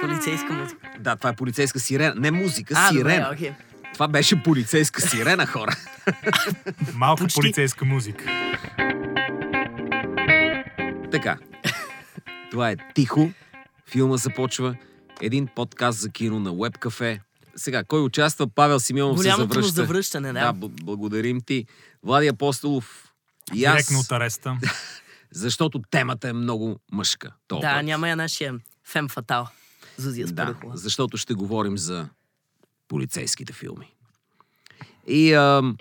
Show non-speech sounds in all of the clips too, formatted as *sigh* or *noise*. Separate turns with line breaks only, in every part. полицейска музика.
Да, това е полицейска сирена. Не
Е,
музика,
А,
сирена.
добре, окей.
Това беше полицейска сирена, хора.
Малко
Почти.
полицейска музика.
Така. Това е тихо. Филма започва. Един подкаст за кино на Web Cafe. Сега, кой участва? Павел Симеонов се
Голямото му
завръща.
завръщане, да.
Да, б- благодарим ти. Влади Апостолов и аз,
Директно от ареста.
защото темата е много мъжка. Толкова.
Да, няма я нашия фем фатал. Зузия
Да,
Спарухова.
защото ще говорим за полицейските филми. И ам,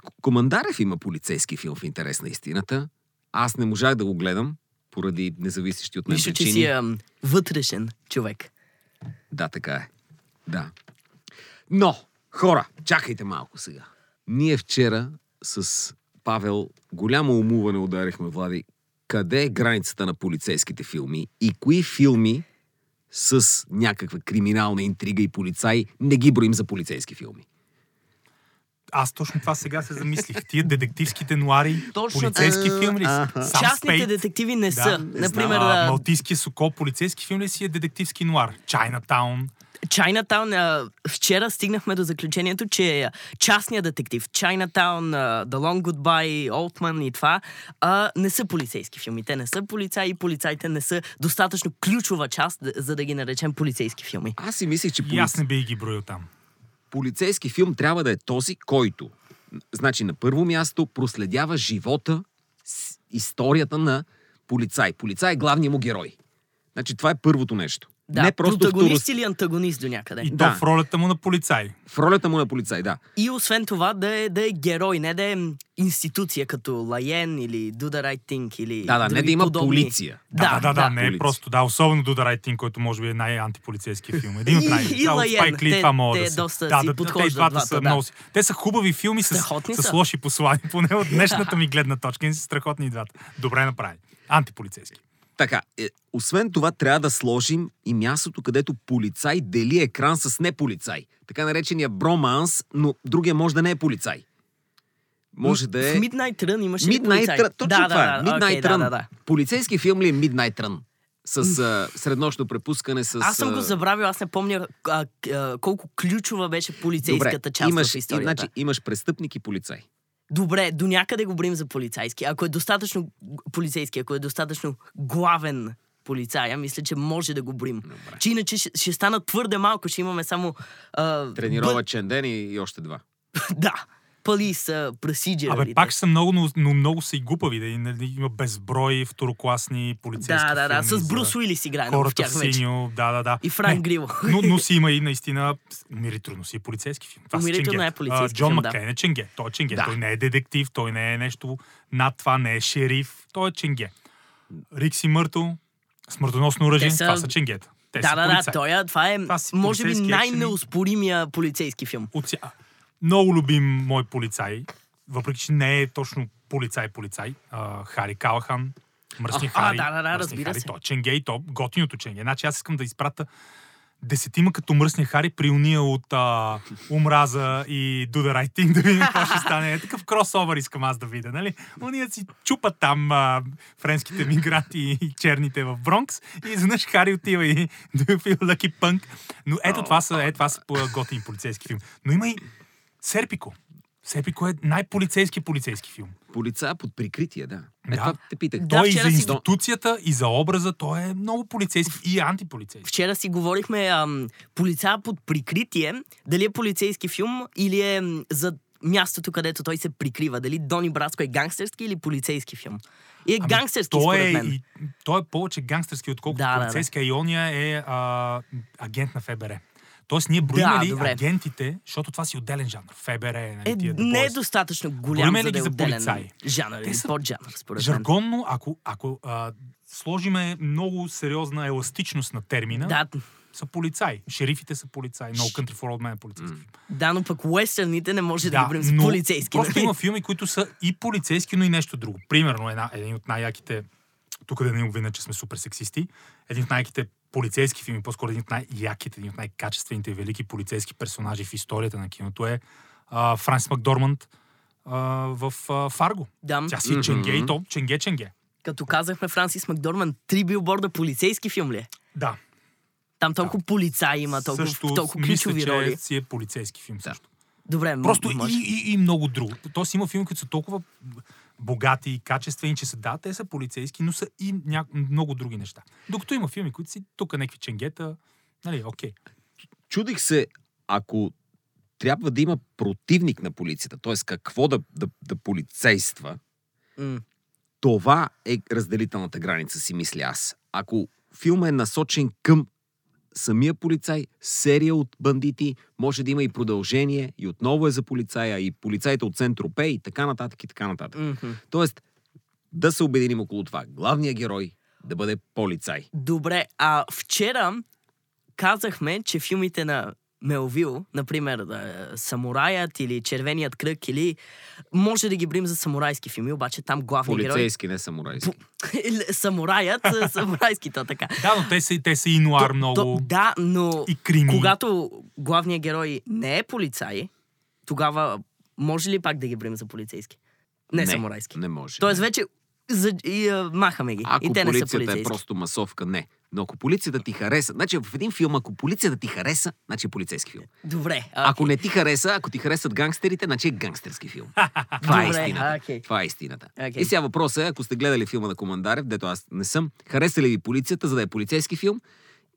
К- Командарев има полицейски филм в интерес на истината. Аз не можах да го гледам, поради независещи от мен
Нищо, че
причини.
си ам, вътрешен човек.
Да, така е. Да. Но, хора, чакайте малко сега. Ние вчера с Павел голямо умуване ударихме, Влади, къде е границата на полицейските филми и кои филми с някаква криминална интрига и полицаи не ги броим за полицейски филми.
Аз точно това сега се замислих. Тия детективските нуари,
Точно
полицейски
така.
филм ли са?
Аха.
Сам
Частните
Спейт.
детективи не са.
не
Например,
знам, а,
а,
Малтийския сокол, полицейски филм ли си е детективски нуар? Чайнатаун.
Чайнатаун, а, вчера стигнахме до заключението, че а, частният детектив, Чайнатаун, а, The Long Goodbye, Олтман и това, а, не са полицейски филми. Те не са полицаи и полицаите не са достатъчно ключова част, д- за да ги наречем полицейски филми.
Аз си мислих, че
И
поли...
аз не би ги броил там.
полицейски филм трябва да е този, който, значи на първо място, проследява живота, с историята на полицай. Полицай е главният му герой. Значи това е първото нещо.
Да,
не просто
протагонист е-
второ...
или антагонист до някъде.
И
И...
Да.
то в ролята му на полицай.
в ролята му на полицай, да.
освен това да е, да е герой, не да е м, институция като Лайен или Do the Right Thing или
Да, да, не
други
да има
подобни.
полиция.
Да, да, да, да, не е
Полиция.
просто. Да, особено до The Right Thing, който може би е най-антиполицейския филм. Един от
И-
най
и
да, от
Лаен.
Спайк Ли
Те-
това може
те
да са.
доста
да,
си
да, да, те и
подхождат
двата са
двата, да.
много си. Те са хубави филми с,
Страхотни
с
са.
лоши послания, поне
*laughs*
от днешната ми гледна точка. Не са страхотни и двата. Добре направи. Антиполицейски.
Така, е, освен това трябва да сложим и мястото, където полицай дели екран с неполицай. Така наречения броманс, но другия може да не е полицай. Може да е...
В Midnight Run имаше ли
Midnight
полицай?
Run. Точно
да,
това
да,
е.
да,
Midnight
окей, да,
Run.
да, да.
Полицейски филм ли е Midnight Run? С а, среднощно препускане, с...
Аз съм го
а,
забравил, аз не помня а, к- а, колко ключова беше полицейската
Добре,
част
имаш,
в историята.
Значи, имаш престъпник и полицай.
Добре, до някъде го брим за полицейски. Ако е достатъчно г- полицейски, ако е достатъчно главен полицай, а мисля, че може да го брим.
Добре.
Че иначе ще, ще стана твърде малко, ще имаме само... А,
Тренировачен ден и, и още два.
бъ- да, палис, пресиджер.
Абе, пак ще са много, но, но много са и глупави. Да, и, нали, има безброй второкласни полицейски
Да, да, да,
филми
с
за
Брус Уилис играем в
Хората
тях
в
вече.
синьо. Е, Да, да, да.
И Франк
Не,
Грило.
Но,
*laughs*
но си има и наистина умирително си е полицейски филм. Това са
Умирително
ченге.
е полицейски
А, Джон
филм, да.
Маклейн е ченге. Той е ченге.
Да.
Той не е детектив, той не е нещо над това, не е шериф. Той е ченге. Рикси Мъртъл, смъртоносно оръжие,
Те са-
това са ченгета. Те
Да,
са
да, да,
полицаи.
той, е- това е,
Това си
може би,
полицейски екшени.
най-неоспоримия полицейски филм.
От ся- Много любим мой полицай, въпреки че не е точно полицай-полицай. А, Хари Калахан, Мръсни
А,
Хари.
да, да, да,
Мръсни
разбира
Хари,
се.
То, ченге и то, готиното ченге. Значи аз искам да изпратя десетима като мръсни Хари при уния от а, Омраза и Do the Right Thing, да видим какво ще стане. Е, такъв кросовър искам аз да видя, нали? Уния си чупат там а, френските мигранти и черните в Бронкс и изведнъж Хари отива и *laughs* Do you feel lucky punk? Но ето това са, е, това са по- готини полицейски филм. Но има и Серпико. Серпико е най-полицейски полицейски филм.
Полица под прикритие, да. Е,
Да.
това те питах.
Да,
Той е и
вчера
за
си-
институцията, и за образа, той е много полицейски и антиполицейски.
Вчера си говорихме ам, полица под прикритие, дали е полицейски филм или е м, за мястото, където той се прикрива. Дали Дони Браско е гангстерски или полицейски филм. И е
Ами,
гангстерски,
той
според
е,
мен.
и- той е повече гангстерски, отколкото
Да, да, да.
полицейски, а Иония е а, агент на ФБР. Тоест ние броим
Да,
ли
добре.
агентите, защото това си отделен жанр. ФБР, нали,
Е,
тия The
не е
Boys.
достатъчно голям,
Големе
за
ли
да
ги
е
за
отделен
полицаи?
жанър
Те
или
са
поджанър, според мен.
Жаргонно, ако, ако а, сложиме много сериозна еластичност на термина,
Да,
са полицаи. Шерифите са полицаи. No Country for Old Men е полицейски. филм.
да, но пък уестърните не може да, ги говорим с полицейски.
Просто
нали?
има филми, които са и полицейски, но и нещо друго. Примерно, една, един от най-яките, тук да не обвина, че сме супер сексисти, един от най-яките полицейски филми, по-скоро един от най-яките, един от най-качествените и велики полицейски персонажи в историята на киното е а, Франс Макдорманд а, в а, Фарго.
Да.
Тя си е
Мгм.
ченге и то ченге ченге.
Като казахме Франсис Макдорман, три билборда полицейски филм ли е?
Да.
Там толкова полицаи има, толкова,
също
толкова
мисля,
ключови
че
роли.
си е полицейски филм.
Да.
Също.
Добре, м-
Просто
може.
и, и, и много друго. То си има филми, които са толкова богати и качествени, че са да, те са полицейски, но са и ня... много други неща. Докато има филми, които си тук някакви ченгета, нали, окей.
Чудих се, ако трябва да има противник на полицията, т.е. какво да, да, да полицейства,
М.
това е разделителната граница, си мисля аз. Ако филмът е насочен към самия полицай, серия от бандити, може да има и продължение, и отново е за полицая, и полицаите от Центропе, и така нататък, и така нататък.
Мгм.
Тоест, да се обединим около това. Главният герой да бъде полицай.
Добре, а вчера казахме, че филмите на Мелвил, например, да, Самураят или Червеният кръг, или може да ги брим за самурайски филми, обаче там главният герой...
Полицейски, не самурайски.
*laughs*
Самураят, самурайски, то така.
Да, но те са, те са и нуар
То-
много.
То, да, но
И крими.
когато главният герой не е полицай, тогава може ли пак да ги брим за полицейски? Не, самурайски.
Не може.
Тоест вече за, и, а, махаме ги.
Ако
и те не са
полицията е
полицейски.
просто масовка, не. Но ако полицията ти хареса, значи в един филм, ако полицията ти хареса, значи е полицейски филм.
Добре. а,
Ако не ти хареса, ако ти харесат гангстерите, значи е гангстерски филм. Това
*laughs*
е
Добре,
истината.
окей.
Това е истината.
Окей.
И сега въпросът е, ако сте гледали филма на Командарев, дето аз не съм, хареса ли ви полицията, за да е полицейски филм,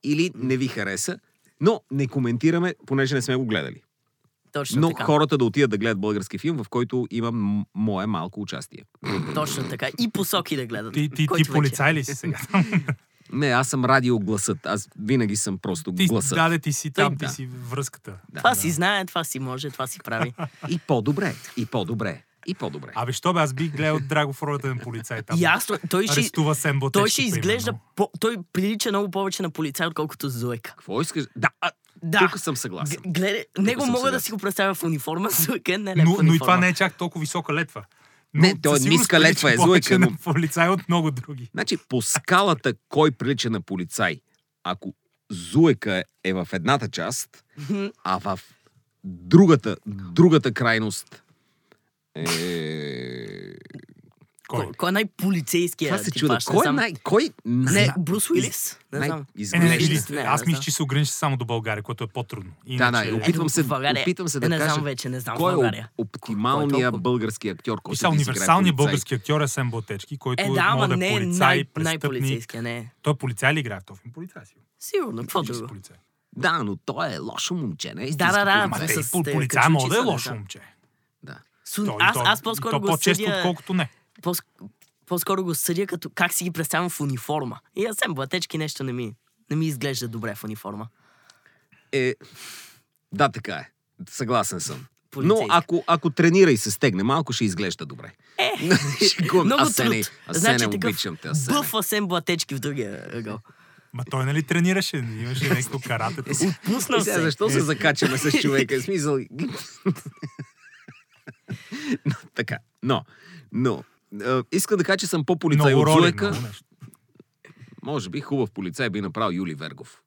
или не ви хареса, но не коментираме, понеже не сме го гледали.
Точно
Но
така.
хората да отидат да гледат български филм, в който има м- мое малко участие.
Точно така. И посоки да гледат.
Ти, ти, ти
Който вече. е.
полицай ли
*laughs*
си сега?
Не, аз съм радиогласът. Аз винаги съм просто
ти,
гласът.
даде, ти си там, ти
да.
си връзката.
Това си знае, това си може, това си прави.
*laughs*
И по-добре, и по-добре, и по-добре.
Абе, що бе, аз бих гледал Драго в ролята на полицай там.
Ясно, той ще,
Арестува Сен Ботешки,
той ще изглежда,
примерно.
по, той прилича много повече на полицай, отколкото Зоека.
Какво искаш? Да, а,
Да.
тук съм съгласен.
Г- Гледай, него
съм
мога да
съгласен.
си го представя в униформа, Зоека не, не
Но,
в
но
униформа.
и това не е чак толкова висока летва. Но
Не, той е
със сигурност
ниска летва, е
прилича повече
злойка, но-
на полицай от много други.
Значи, по скалата кой прилича на полицай? Ако Зуека е в едната част, а в другата, другата крайност е...
Кой?
Кой е най-полицейския
Това се
типаж?
чуда.
Не
Кой е
знам.
най... Кой
Не,
най...
Брус Уилис? Не
най-
знам.
Е, не, не,
Изглежда.
или,
изглежда?
Не, не
аз мисля,
знам.
че се ограничи само до България, което е по-трудно.
Да, да,
Иначе-
и опитвам се,
в България.
опитвам се
Е,
да
не знам
кажа,
вече, не знам в
кой е
България. е
оп- оптималният
толкова?
български актьор, който
Мисля,
да изиграе
универсалният
полицай?
български актьор е Сен Ботечки, който
Е,
е,
да, ама
може да
не
е
е
полицай,
най-
най- престъпник.
най-полицейския, не е.
Той е полицай ли играе в този филм? Полицай си.
Сигурно, какво
Ще си
друго?
полицай.
Да, но той е лошо момче, не е
Да, да, да,
Ма
Той
те,
с
пол-
те
полицай може да е
качучица,
лошо
да.
момче.
да.
Су,
Той-
аз,
той-
аз по-скоро
той е
го
по-често,
съдя...
отколкото не.
по-ск- по-скоро го съдя като как си ги представям в униформа. И аз съм блатечки нещо не ми, не ми изглежда добре в униформа.
Е, да, така е. Съгласен съм. Но
Полицейска.
ако, ако тренира и се стегне, малко ще изглежда добре. *laughs* Е,
Много
Асене,
труд. Значи
Асене, обичам те, Асене.
бъф Асен блатечки в другия ъгъл.
Ма той нали тренираше? Имаше някакво
Е,
карате.
Отпуснал
И сега,
се.
защо се закачаме с човека? В Смисъл... *laughs* но, така, но, но, е, искам да кажа, че съм по-полицай
Много
от
роли,
Зуека.
много нещо.
Може би хубав полицай би направил Юли Вергов.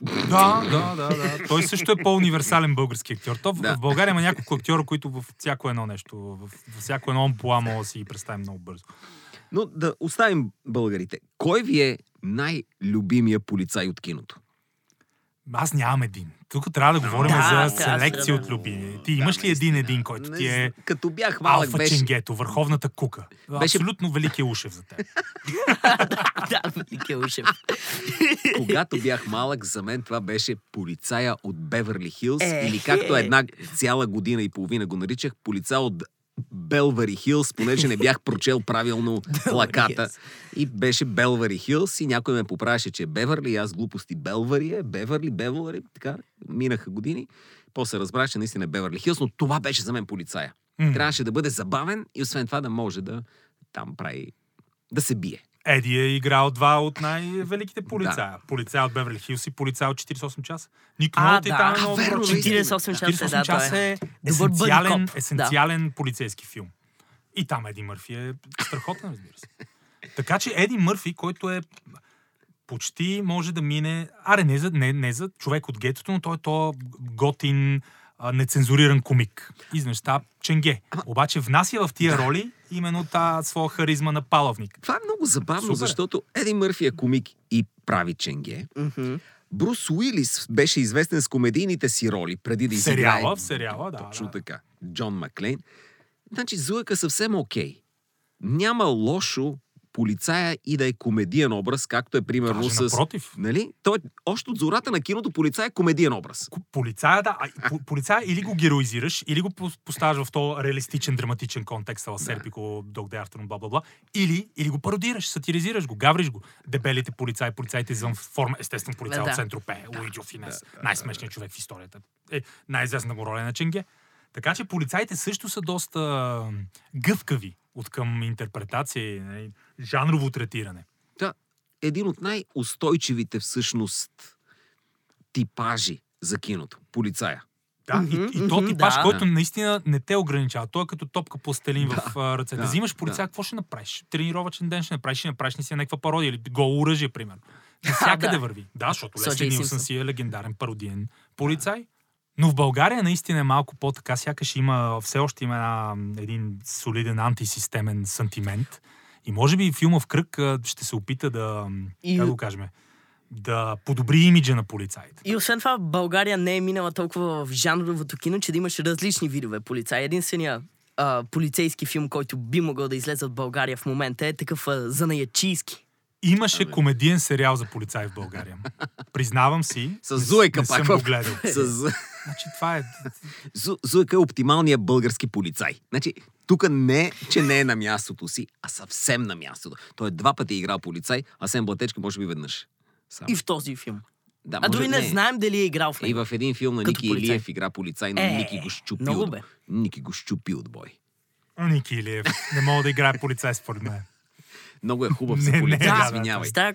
Да, да, да, да. Той също е по-универсален български актьор. То в,
Да.
в България има няколко актьора, които във всяко едно нещо, в, в всяко едно амплуа мога да си ги представим много бързо.
Но да оставим българите. Кой ви е най-любимия полицай от киното?
Аз нямам един. Тук трябва да говорим
Да,
за
аз трябва
селекция
да-
от любими. Ти имаш ли един един, който
Не
ти е
зна- Като бях малък
Алфа
беше...
Ченгето, върховната кука?
Беше-
Абсолютно великия ушев за теб.
*laughs* да, велики ушев.
Когато бях малък, за мен това беше полицая от Беверли Хилс
Е,
или както
е.
една цяла година и половина го наричах, полица от Белвари Хилс, понеже не бях прочел
*laughs*
правилно плаката.
Хилс.
И беше Белвари Хилс и някой ме поправяше, че е Беверли, и аз глупости Белвари е, Беверли, Беверли, така минаха години. После разбрах, че наистина е Беверли Хилс, но това беше за мен полицая.
М.
Трябваше да бъде забавен и освен това да може да там прави, да се бие.
Еди е играл два от най-великите полицая.
Да.
Полицай от Беверли Хилс и полицай от 48 часа. Никой
А,
много ти
да.
там е
А,
много
верно,
прочен.
48 часа, да,
48
той
часа
е.
е
Добър бъди
есенциален,
коп, да.
есенциален полицейски филм. И там Еди Мърфи е страхотен, разбира се. Така че Еди Мърфи, който е почти може да мине, аре не за, не, не за човек от гетото, но той е то готин, а, нецензуриран комик. Изнеш та ченге. Обаче внася в тия роли именно та своя харизма на палавник.
Това е много забавно,
Супер е.
защото Еди Мърфи е комик и прави ченге.
Мгм.
Брус Уилис беше известен с комедийните си роли, преди да
В сериала,
изиграе-
в сериала, да,
Точно
да.
така. Джон Маклейн. Значи, Зуека съвсем окей. Няма лошо полицая и да е комедиен образ, както е примерно
Даже
с...
напротив.
Нали? Той, още от зората на киното полицай е комедиен образ.
Ко- Полицая, да. А, и по- полицая или го героизираш, или го пос- поставяш в този реалистичен, драматичен контекст, ала Серпико, Dog Day Afternoon, бла, бла, бла. Или, или го пародираш, сатиризираш го, гавриш го. Дебелите полицаи, полицаите извън форма, естествено полицай
Да.
от Сентропе, Луиджо Финес, най-смешният човек в историята. Е, най-известна му роля на Ченге. Така че полицаите също са доста м, гъвкави от към интерпретация и нали, жанрово третиране.
Та, един от най-устойчивите всъщност типажи за киното. Полицая.
Да,
Мгм,
и, и то
мгм,
типаж,
да.
който наистина не те ограничава. Той е като топка пластелин в а, ръцете.
да,
Взимаш полица, какво ще направиш? Тренировъчен ден ще направиш, ще направиш не си някаква пародия или голо оръжие, примерно.
*laughs*
Навсякъде
да.
върви. Да, защото
Съджи
Лесли
и
Нилсън
Симпсън.
си е легендарен пародиен полицай. Но в България наистина е малко по-така, сякаш има, все още има една, м, един солиден антисистемен сантимент. И може би филма в кръг а, ще се опита да, м,
И-
как го кажем, да подобри имиджа на полицаите.
И освен това, България не е минала толкова в жанровото кино, че да имаш различни видове полицаи. Единствения а, полицейски филм, който би могъл да излезе от България в момента е такъв а, занаячийски.
Имаше комедиен сериал за полицаи в България. Признавам си.
С
не с-
Зуека
не
пак.
съм
в-
го гледал.
*laughs* С...
Значи това е...
Зу- Зуека е оптималният български полицай. Значи, тук не, е, че не е на мястото си, а съвсем на мястото. Той е два пъти е играл полицай, а Сен Блатечка може би веднъж. Само.
И в този филм.
да,
А
може-
дори не,
е.
знаем дали е играл в
И
него.
в един филм на
Като
Ники
полицай.
Илиев игра полицай, но
Е,
Ники го щупи.
много
от...
бе.
Ники го щупи от бой.
Ники Илиев. Не мога да играе полицай според мен.
Много е хубав за
Не, не,
полицай,
да, да,
извинявай.
Стар,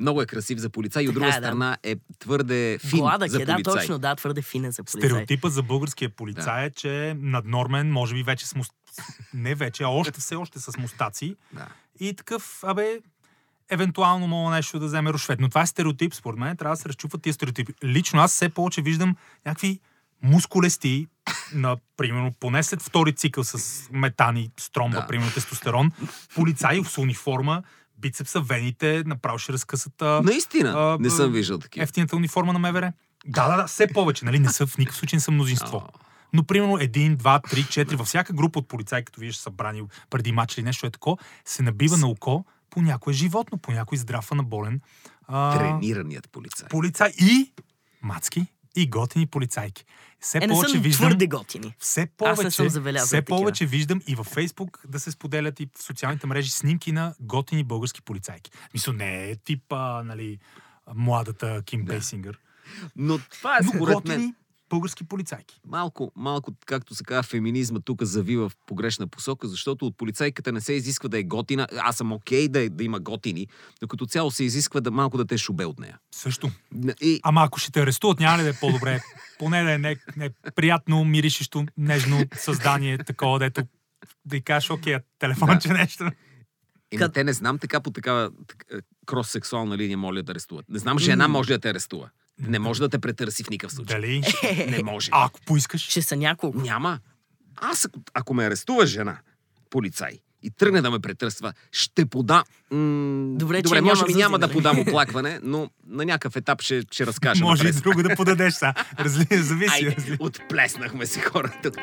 Много е красив за полицай и
Така
от друга
е, да.
страна е твърде фин
гладък
за
е, да,
полицай.
точно, да, твърде фина за полицай.
Стереотипът за българския полицай е, че е наднормен, може би вече с муст... Не вече, а още все още с мустаци.
Да.
И такъв, абе, евентуално мога нещо да вземе рушвет. Но това е стереотип, според мен трябва да се разчупват тия стереотипи. Лично аз все повече виждам някакви мускулести, на, примерно, поне след втори цикъл с метани, стромба,
Да.
да. примерно тестостерон, полицаи с униформа, бицепса, вените, направо ще разкъсат а,
Наистина,
А, Е,
не
б-
съм виждал такива.
ефтината униформа на МВР. Да, да, да, все повече, нали? Не са в никакъв случай не са мнозинство. Но примерно един, два, три, четири, във всяка група от полицаи, като виждаш събрани преди матч или нещо е тако, се набива на око по някое животно, по някой здрав болен а,
Тренираният полицай.
полицай и мацки и готини полицайки. Все
Е, не
повече
са
виждам...
твърде готини.
Все
Аз
повече,
не съм забелязал
все
такива.
повече виждам и във Фейсбук да се споделят и в социалните мрежи снимки на готини български полицайки. Мисля, не е тип, а, нали, младата Ким Бейсингър.
Но това е
Но
според мен.
готини български полицайки.
малко, малко, както се казва, феминизма тук завива в погрешна посока, защото от полицайката не се изисква да е готина. Аз съм окей да, е- да има готини, но като цяло се изисква да малко да те шубе от нея.
Също.
Н- И,
Ама ако ще те арестуват, няма ли да е по-добре? Поне да е не, не, приятно, миришещо, нежно създание, такова, дето да й кажеш, окей, а телефонче нещо.
и
Кът-
те не знам така по такава так- е, кроссексуална линия може ли да те арестуват. Не знам, жена може ли да те арестува. Не може да те претърси в никакъв случай.
Дали?
Не може.
А ако поискаш,
Ще са няколко.
Няма. Аз, ако, ако ме арестува жена, полицай, и тръгне да ме претърсва, ще пода... М-
Добре, че
добре може
няма
би
зъби,
няма да
нали?
подам оплакване, но на някакъв етап ще, ще разкажа.
може и
напред.
друго да подадеш са. Разли, зависи.
Айде, отплеснахме се хора тук.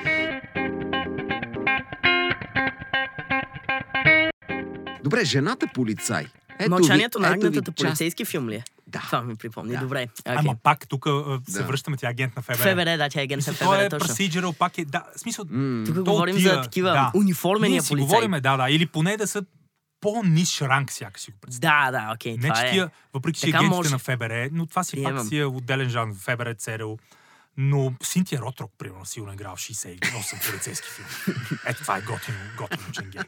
Добре, жената полицай. Ето
Мълчанието
ви,
на
ето ви
агнетата
част-
полицейски филм ли е?
Да.
Това ми припомни.
Да.
Добре. окей.
Ама пак тук а, се
Да.
връщаме, тя е агент на ФБР.
ФБР, да, тя е агент на
Мисля, той
ФБР,
е
точно.
процедурал, пак е... Да, в смисъл,
М,
Тук
то
говорим за
тия-
такива униформения
Ние си
полицаи.
говориме, да, да. Или поне да са по-ниш ранг, сякаш си го представя.
Да, да, окей,
Не,
това
че
е.
тия, въпреки че
Така
агентите
може.
на ФБР, но това си пак
Приемам.
си е отделен жанр. ФБР, ЦРУ. Но Синтия Ротрок, примерно, сигурно е играл в 68 полицейски филм. Ето това е готино, готино ченге.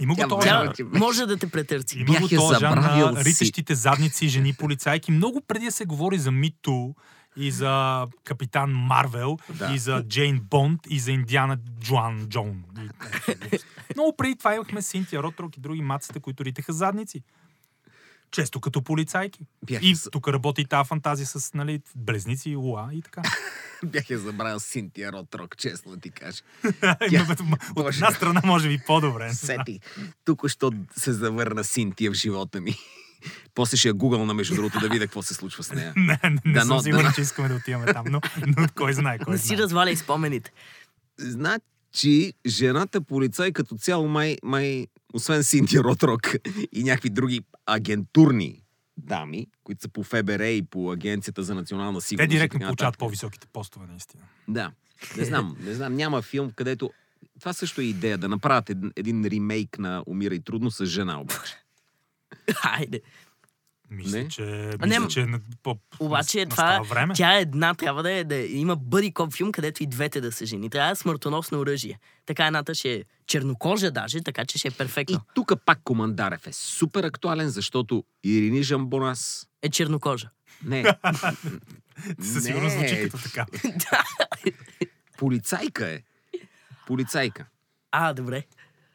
Има го
Тя
този
Тя
вярва,
жанр.
че беше.
може да те претърси.
Има
Бях
го
я
този жанр
забравил
на
си.
ритащите задници, жени полицайки. Много преди да се говори за Миту и за Капитан Марвел,
Да.
и за Джейн Бонд, и за Индиана Джоан Джон. И- Много преди това имахме Синтия Ротрок и други мацата, които ритаха задници. Често като полицайки.
Бях
и
с-
тук работи и тази фантазия с нали, близници, уа
*laughs*
и така.
Бях я забравил Синтия Ротрок, честно ти кажа.
Има бе- От
Боже. *laughs*
една страна може би по-добре.
Сети. Тук що се завърна Синтия в живота ми. После ще я гугълна, между другото, да видя какво се случва с нея.
*laughs* Не, не, не
Да,
съм
но-
сигурен,
да.
че искаме да отиваме там, но, но кой знае, кой
Не си
знае.
разваляй спомените. *laughs*
Значи, жената полицай като цяло май, май освен Синтия Ротрок и някакви други агентурни дами, които са по ФБР и по Агенцията за национална
Те
сигурност. и
директно
така нататък.
получават по-високите постове, наистина.
Да. Не знам, не знам. Няма филм, където... Това също е идея, да направят един, един ремейк на Умирай трудно с жена обаче.
Хайде.
Мисля,
Не.
че...
А,
Мисля,
не,
че е на- по-
Обаче
настава
това,
време.
тя е една, трябва да е, да има бъди коп филм, където и двете да са жени. Трябва да е смъртоносно оръжие. Така едната ще е чернокожа даже, така че ще е
И
перфектно.
тук пак Командарев е супер актуален, защото Ирини Жамбонас...
Е чернокожа.
Не.
*laughs* Със сигурност
Не.
звучи като
*laughs*
така.
Полицайка е.
*laughs*
Полицайка.
А, добре.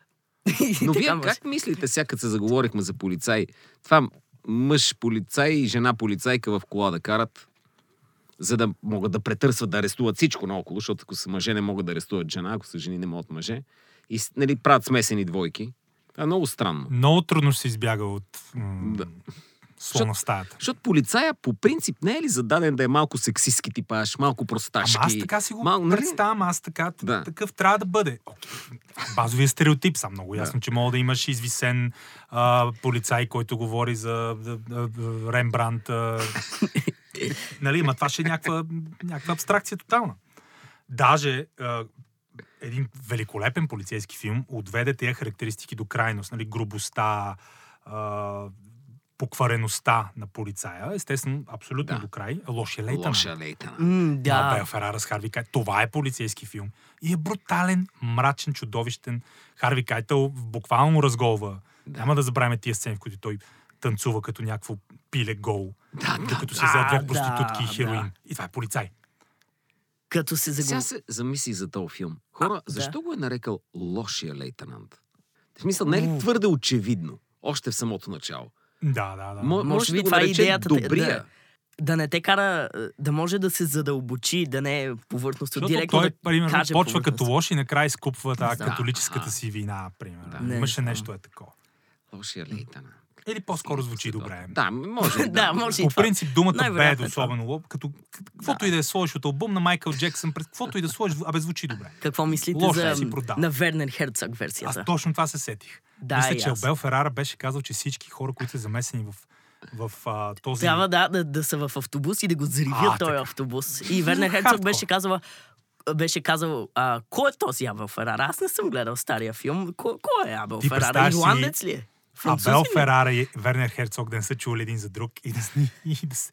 *laughs*
Но вие
Така може.
как мислите, сега като се заговорихме за полицай, това м- мъж полицай и жена полицайка в кола да карат, за да могат да претърсват, да арестуват всичко наоколо, защото ако са мъже не могат да арестуват жена, ако са жени не могат мъже. И с- нали, правят смесени двойки. Това е много странно.
Много трудно ще се избяга от м-
Да.
слона в стаята.
Защото полицая по принцип не е ли зададен да е малко сексистски типаж, малко просташки?
Ама аз така си го
Мал- нали?
представям, аз така, т-
Да.
такъв трябва да бъде. Окей. Базовия стереотип съм много ясно, че мога да имаш извисен а, полицай, който говори за а, а, Рембрандт.
*laughs*
А, нали, ма това ще е някаква, някаква абстракция тотална. Даже а, един великолепен полицейски филм отведе тези характеристики до крайност. Нали, грубостта, а, поквареността на полицая. Естествено, абсолютно
Да.
до край. нали? Лошия лейтенант.
Лоша лейтена.
М,
Да.
да.
Абел Ферара с Харви Кайтъл. Това е полицейски филм. И е брутален, мрачен, чудовищен. Харви Кайтъл буквално разголва.
Да.
Няма да забравяме тия сцени, в които той танцува като някакво пиле гол,
Да, да,
като
да.
се взе
А,
две
да,
проститутки и хероин.
да.
И това е полицай.
Като се
Сега
загуби.
се замислих за този филм. Хора,
да.
защо го е нарекал лошия лейтенант? В смисъл, не е
М.
ли твърде очевидно? Още в самото начало.
Да, да, да.
Мо, може,
би
би да го
това е
нарече
идеята, те-
добрия.
да. Да не те кара, е, да може да се задълбочи, да не е повърхностно.
Защото
Директно
той,
да
примерно,
каже
почва като
повърхностно.
лош и накрая изкупва тази
Да.
католическата
А.
си вина, примерно.
Да.
Имаше
Не,
нещо е такова.
Лошия лейтенант.
Или по-скоро звучи добре.
*laughs*
Да, може.
Да, може и
По
това.
принцип думата бед,
Най-вероятно е това.
особено лоб, като к- каквото и да е сложиш от албум на Майкъл Джексън, пред каквото и да сложиш, абе звучи добре.
Какво мислите
Лошо
за
е, си продава.
на Вернер Херцог
Аз
версията?
точно това се сетих.
Да,
Мисля,
и
че
аз.
Абел Ферара беше казал, че всички хора, които са замесени в, в а, този...
Трябва да, да, да са в автобус и да го
А,
взривят този
така.
автобус. И Вернер
Хардкор.
Херцог беше казала, беше казал, а, кой е този Абел Ферара? Аз не съм гледал стария филм. Кой, кой е Абел
Ти
Ферара?
представяш ли-
Ирландец ли е? Француз
Абел
ли е?
Ферара и Вернер Херцог да не са чули един за друг и да, с- *laughs* и да, с-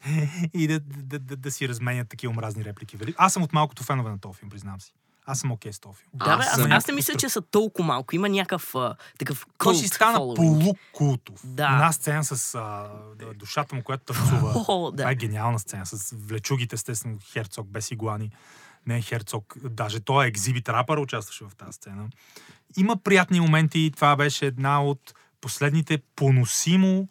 и да, да, да, да си разменят такива омразни реплики. Вели- Аз съм от малкото фенове на този филм, признавам си. Аз съм окей с този филм.
Да, бе,
Аз
аз,
съм
аз, не
някакво
мисля,
стра-
че са толкова малко. Има някакъв а, такъв
Той
култ
си стана
following.
полукултов.
Да.
Една сцена с а, да, душата му, която танцува.
*laughs* О, да.
Това е гениална сцена с влечугите, естествено, Херцог без иглани. Не е Херцог, даже той е екзибит рапър, участваше в тази сцена. Има приятни моменти. Това беше една от последните поносимо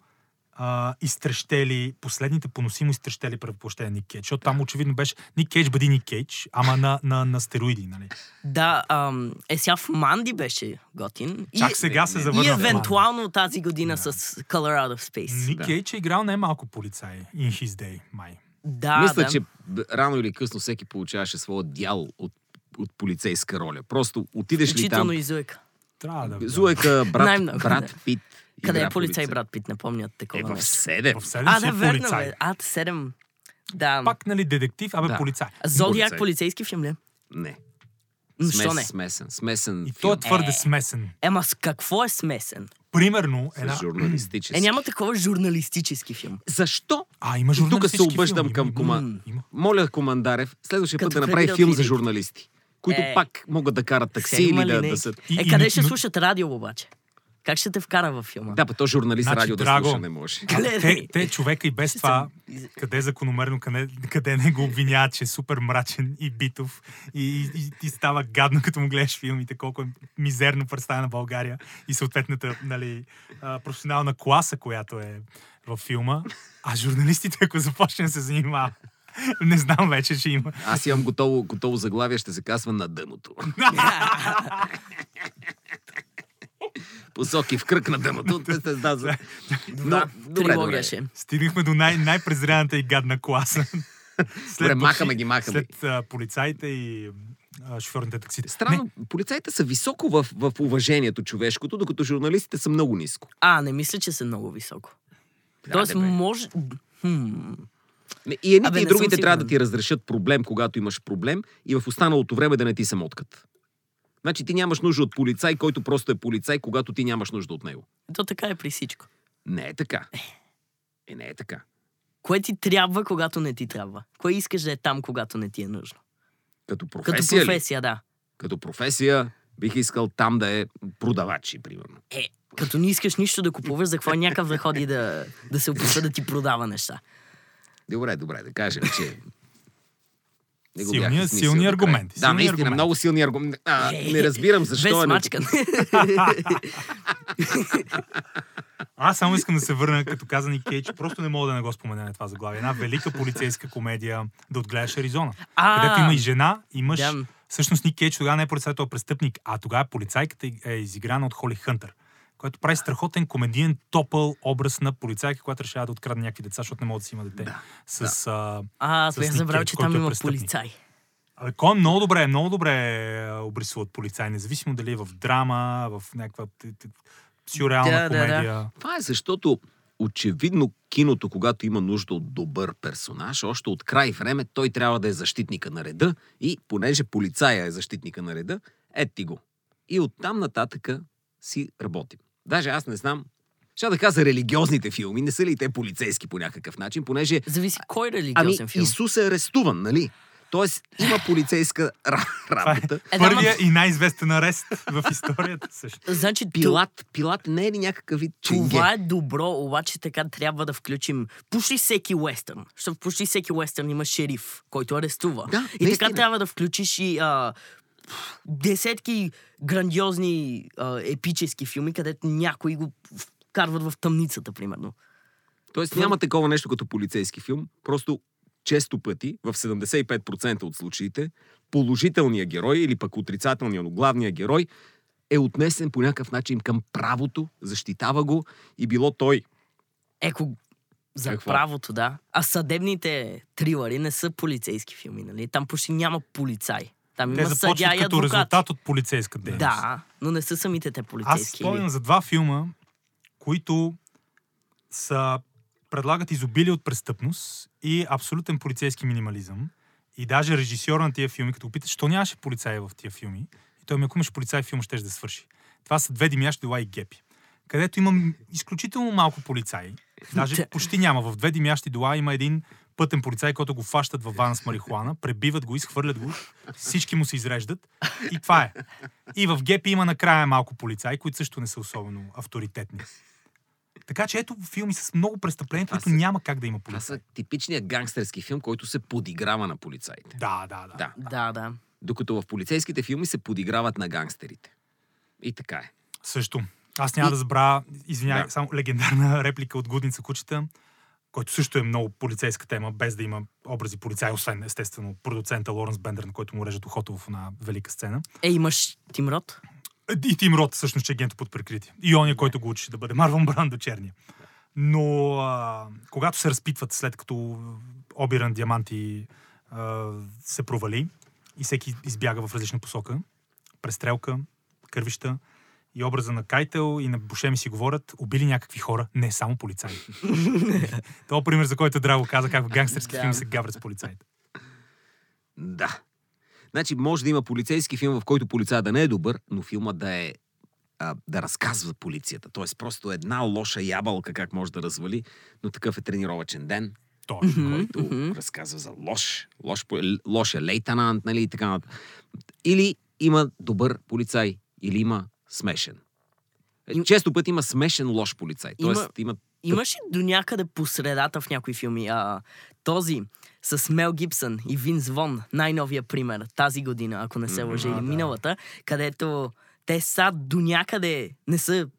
а, изтрещели, последните поносимо изтрещели превъплъщения Ник Кейдж. Защото там очевидно беше Ник Кейдж бъди Ник Кейдж, ама на, на, на стероиди, нали?
Да, ам, е сега в Манди беше готин. И-
Чак сега се
и
е
И
завърна. в Ман.
евентуално тази година
Да.
с Color Out of Space.
Ник
Да.
Кейдж е играл не малко полицай in his day, май.
Да,
Мисля,
да.
че б- рано или късно всеки получаваше своя дял от, от полицейска роля. Просто отидеш ли там...
Включително и Зуека.
Трябва да...
Зуека, брат,
Най-много,
брат
да.
Пит.
Къде
игра
е полицай,
полицай.
брат Пит? Не помнят
Е,
такова
в
нещо.
седем.
В седем
А,
си
да,
е
верно,
полицай.
бе. А, 7. Да.
Пак, нали, детектив, абе
Да.
полицай.
Зодиак
полицай.
полицейски филм ли? е?
Не.
М, Защо
Смес,
не?
смесен. Смесен
И той
филм.
е твърде
Е.
смесен.
Ема с какво е смесен?
Примерно,
С
една...
журналистически.
Е, няма такова журналистически филм.
Защо
А, има
тук се
журналистически
обръщам
филми,
към
има,
кома-
има, има.
Моля Командарев, следващия път
Като
да
преди
направи
да
филм за
отидете.
журналисти, които
Е.
пак могат да карат такси
Все има
или
ли
да,
не?
да са...
И-
Е,
и-
къде ще
но-
слушат радио обаче? Как ще те вкара във филма?
Да, бе, то журналист
Значи,
радио
Драго,
да слуша не може.
Къде е
Те, те, човека и без това,
Из-
къде е закономерно, къде, къде не го обвиняват, че е супер мрачен и битов и, и, и става гадно, като му гледаш филмите, колко е мизерно представена България и съответната нали, а, професионална класа, която е във филма. А журналистите, ако започне да се занимава, не знам вече, че има.
Аз имам готово, готово заглавие, ще се казва на *laughs* дъното. *laughs* Посоки в кръг на дъното. Да, за- Но Добре, добре.
трилогия ще. е.
Стигнахме до най- най-презряната и гадна класа. След
Добре,
такси-
макаме ги, макаме.
След а, полицаите и а, шофьорните таксита.
Е, Странно, полицаите са високо в, в уважението човешкото, докато журналистите са много ниско.
А, не мисля, че са много високо.
Да,
Тоест,
бе, бе.
може... Хм,
Не, И едните
Абе,
и
не съм
другите трябва да
сигурна.
ти разрешат проблем, когато имаш проблем и в останалото време да не ти се моткат. Значи ти нямаш нужда от полицай, който просто е полицай, когато ти нямаш нужда от него.
то така е при всичко.
Не е така. Е, не е така.
Кое ти трябва, когато не ти трябва? Кое искаш да е там, когато не ти е нужно?
Като
Като
професия, Като,
професия, да.
Като професия бих искал там да е продавачи, примерно.
Е, като не искаш нищо да купуваш, за какво е някакъв да ходи да, да се опитва да ти продава неща?
Добре, добре, да кажем, че... Не го бях
Силни-
измислил
силни
докрай.
аргументи,
Да,
силни
наистина,
аргументи.
много силни аргументи. А, не разбирам защо
Без
е... не-
мачкан.
Аз само искам да се върна, като каза Ник Кейдж, просто не мога да не го спомена това заглавие. Една велика полицейска комедия да отгледаш Аризона.
А,
където има и жена, и мъж.
Дям.
Всъщност Ник Кейдж тогава не е полицай, той е престъпник, а тогава полицайката е изиграна от Холи Хънтър, който прави страхотен комедиен топъл образ на полицайка, която решава да открадне някакви деца, защото не може да си има дете. Да, с, да.
А,
С
бях
Ник
забрал,
Кейдж,
че
който
там
е
има
престъпник.
полицай.
Абе, кой е много добре, много добре а, обрисува от полицай, независимо дали е в драма, в някаква т- т- сюрреална
Да, да, да.
комедия.
Това е защото очевидно киното, когато има нужда от добър персонаж, още от край време той трябва да е защитника на реда и понеже полицая е защитника на реда, е ти го. И оттам нататъка си работим. Даже аз не знам, ще да кажа религиозните филми, не са ли те полицейски по някакъв начин, понеже
Зависи кой
ами,
религиозен филм.
Исус е арестуван, нали? Тоест има полицейска ра-
Това е
работа.
Е, да, ама-
първия и най-известен арест в историята също.
Значи, Пилат,
Пилат, Пилат не е ли някакъв вид ченге?
това е добро, обаче така трябва да включим почти всеки уестърн. Защото в почти всеки уестърн има шериф, който арестува.
Да,
и
наистина.
така трябва да включиш и а, десетки грандиозни а, епически филми, където някои го вкарват в тъмницата, примерно.
Тоест няма такова нещо като полицейски филм, просто често пъти, в 75% от случаите, положителният герой или пък отрицателният, но главният герой е отнесен по някакъв начин към правото, защитава го и било той.
Еко, за
Какво?
правото, да. А съдебните трилъри не са полицейски филми, нали? Там почти няма полицай. Там
Те
има съдя
започват
и
като
адвокат.
резултат от полицейска дейност.
Да, но не са самите те
Аз
полицейски.
спомням за два филма, които са, предлагат изобилие от престъпност и абсолютен полицейски минимализъм. И даже режисьора на тия филми, като го питаш, що нямаше полицаи в тия филми, и той ми, ако имаш полицаи, филм ще да свърши. Това са две димящи дела и гепи, където имам изключително малко полицаи. Даже
Да.
почти няма. В две димящи дела има един пътен полицай, който го фащат във вана с марихуана, пребиват го, изхвърлят го, всички му се изреждат и това е. И в ГЕП има накрая малко полицаи, които също не са особено авторитетни. Така че ето филми с много престъпления,
Това
които
са-
няма как да има
Това
полицаи.
са типичният гангстерски филм, който се подиграва на полицаите.
Да, да, да.
Да.
Да, да.
Докато в полицейските филми се подиграват на гангстерите. И така е.
Също. Аз няма да забравя, извинявай,
Да.
само легендарна *laughs* реплика от Гудница кучета, който също е много полицейска тема, без да има образи полицаи, освен естествено продуцента Лоренс Бендер, на който му режат ухото в една велика сцена.
Е, имаш Тимрод?
И Тим Рот, всъщност, че е агент под прикритие. И он е, който го учи да бъде Марван Брандо черния. Но а, когато се разпитват след като обиран диаманти а, се провали и всеки избяга в различна посока, престрелка, кървища и образа на Кайтел и на Бушеми си говорят, убили някакви хора, не само полицаи. Това пример, за който Драго каза, как в гангстерски
Да.
филми се гаврят с полицаите.
Да. Значи може да има полицейски филм, в който полицая да не е добър, но филма да е а, да разказва полицията. Тоест просто една лоша ябълка как може да развали, но такъв е тренировачен ден,
Точно.
който
мгм.
разказва за лош, лош, по- л- лоша лейтенант, нали, и така нататък. Или има добър полицай, или има смешен. Е,
Им-
Често пъти има смешен лош полицай.
Има-
Тоест има...
Имаш ли до някъде по средата в някои филми? А, този с Мел Гибсън и Винс Вон, най-новия пример тази година, ако не се лъжа,
Мгм,
или
да.
миналата, където те са до някъде, не са